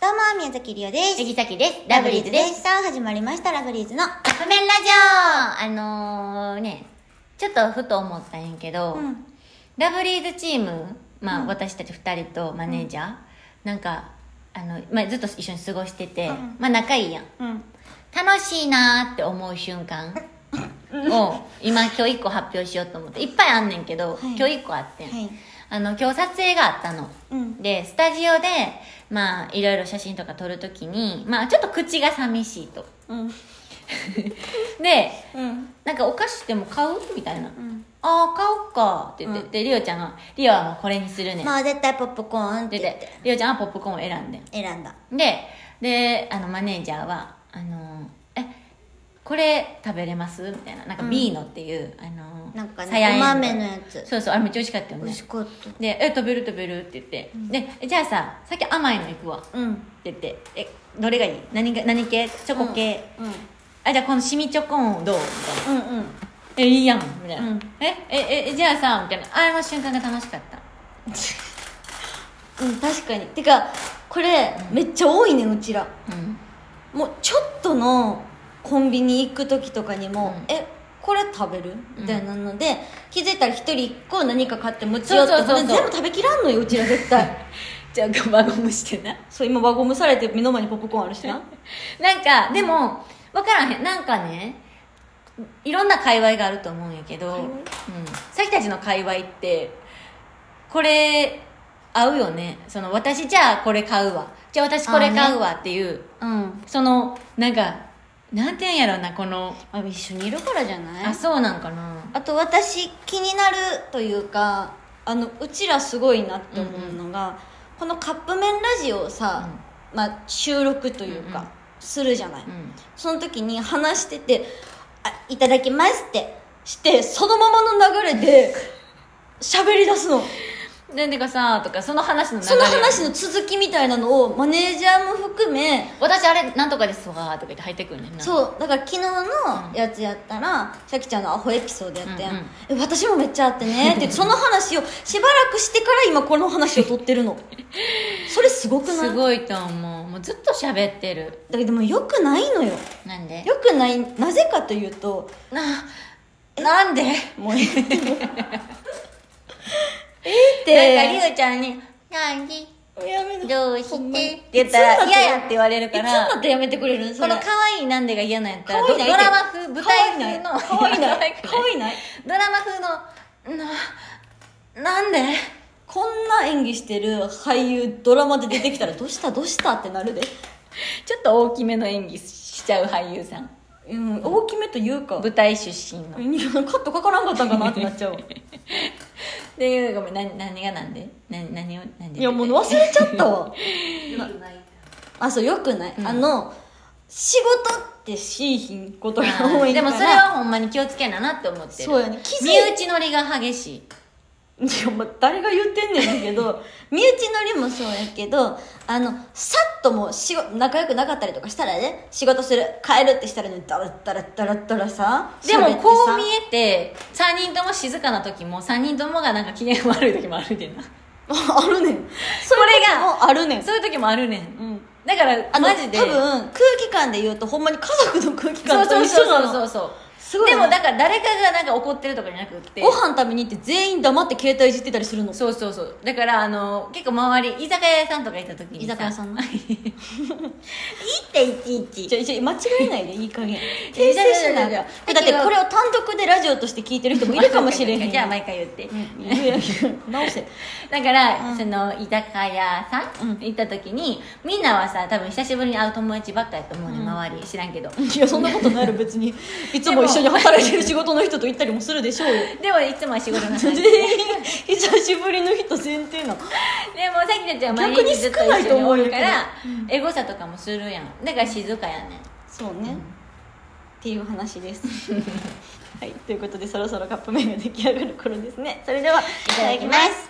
どうも、宮崎りおです。杉崎です。ララブブリーズリーズでです。す。さあ、始まりました、ラブリーズの。カップ麺ラジオあのー、ね、ちょっとふと思ったんやけど、うんラブリーズチーム、まあ、うん私たち二人とマネージャー、なんか、あの、まあ、ずっと一緒に過ごしてて、うんまあ、仲いいやん。うん。楽しいなーって思う瞬間を、今今日一個発表しようと思って、いっぱいあんねんけど、い今日一個あってん。はいあの、今日撮影があったの。うん。でスタジオでまあいろいろ写真とか撮るときにまあちょっと口が寂しいとうん。でうん。なんかお菓子でも買うみたいな、んああ買おうかって言って、うんでリオちゃんが「リオはもうこれにするねん」っまあ、絶対ポップコーンって言て言っってて、リオちゃんはポップコーンを選んでん選んだ。でであのマネージャーは「あのえこれ食べれます?」みたいななんかうん B のっていう、あのなんかねさやえんどうお豆のやつそうそうあれめっちゃ美味しかったよ美味ねしかった。で「え食べる食べる」って言って、でえじゃあささっき甘いの行くわうん。って言って「えどれがいい何が何系チョコ系、うん。あじゃあこのシミチョコンどう?」みたいなうんうん。 「えいいやん」みたいな「うんえええじゃあさ」みたいなあれの瞬間が楽しかったうん、確かに。てか、これ、めっちゃ多いね、うちら。うんもう、ちょっとのコンビニ行く時とかにも、うんえ、これ食べるみたいなので、気づいたら一人一個何か買って持ちそ寄っうて、そうそうほそうんで全部食べきらんのよ、うちら絶対。 じゃあ輪ゴムしてなそう今輪ゴムされて目の前にポップコーンあるしななんかでも分からへんなんかねいろんな界隈があると思うんやけど、界う隈ん、さきたちの界隈ってこれ合うよねその私じゃあこれ買うわじゃあ私これ買うわっていう、うん、そのなんかなんて言うんやろなこのあ、一緒にいるからじゃないああそうなんかなと私気になるというかあのうちらすごいなって思うのが、このカップ麺ラジオをさ、まあ、収録というか、うんうんするじゃない、うんその時に話してて「あいただきます」ってしてそのままの流れで喋り出すのなんでかさとかその話の流れその話の続きみたいなのをマネージャーも含め私あれなんとかですわとか言って入ってくるねんなうそうだから昨日のやつやったら、さきちゃんのアホエピソードやったやん、うんうんえ私もめっちゃあってねってその話をしばらくしてから今この話を取ってるのそれすごくない すごいと思うもうずっと喋ってるだけどでもよくないのよなんでよくないなぜかというとななんでもうええってもうええってなんかりおちゃんに「何やめろどうして?」って言言っったたらら「嫌嫌ややっ」っ言てて言われるいつかにらなってやめてくれるんそこれの可愛いなんでが嫌なんやったら可愛ドいなドいってラマ風舞台風 のかわいない可愛くかわいない ドラマ風のななんでこんな演技してる俳優ドラマで出てきたらどうしたどうしたってなるでちょっと大きめの演技しちゃう俳優さんうん、大きめというか舞台出身のいやカットかからんかったんかなってなっちゃうわでごめん何何がなんで何何を何 でいやもう忘れちゃったわあそうよくない、うんあの仕事ってしいひんことが多いでからもそれはほんまに気をつけななって思ってるそうやね気づい身内乗りが激しいいや、まあ、誰が言ってんねんだけど 身内乗りもそうやけどあのさっともう仕事仲良くなかったりとかしたらね仕事する帰るってしたらねダラッダラッダラッダラさでも喋ってさこう見えて3人とも静かな時も3人ともがなんか機嫌悪い時もあるでな あるねんそれがもあるねんそういう時もあるねんうんだからあのマジで多分空気感で言うとほんまに家族の空気そ感うそとう一緒なのそうそうそうすごいねでもだから誰かがなんか怒ってるとかじゃなくってご飯食べに行って全員黙って携帯いじってたりするのそうそうそうだからあの結構周り居酒屋さんとか行った時にさ居酒屋さんのいいっていちじゃあじゃあ間違えないでいい加減 訂正訂正ししなないいだってこれを単独でラジオとして聞いてる人もいるかもしれへ んじゃあ毎回言って、うんいやいや直せ だから、うんその居酒屋さん、うん行った時にみんなはさ多分久しぶりに会う友達ばっかやと思うね、うん周り知らんけどいやそんなことないやろ別にいつも一緒に働いてる仕事の人と行ったりもするでしょ うよでもいつもは仕事の話全で員久しぶりの人前提なのもさきたちは毎逆に日ずっと少ない一と緒に思おうんやるけどから、エゴサとかもするやんだから静かやねんそうね、っていう話です はいということでそろそろカップ麺が出来上がる頃ですねそれではいただきます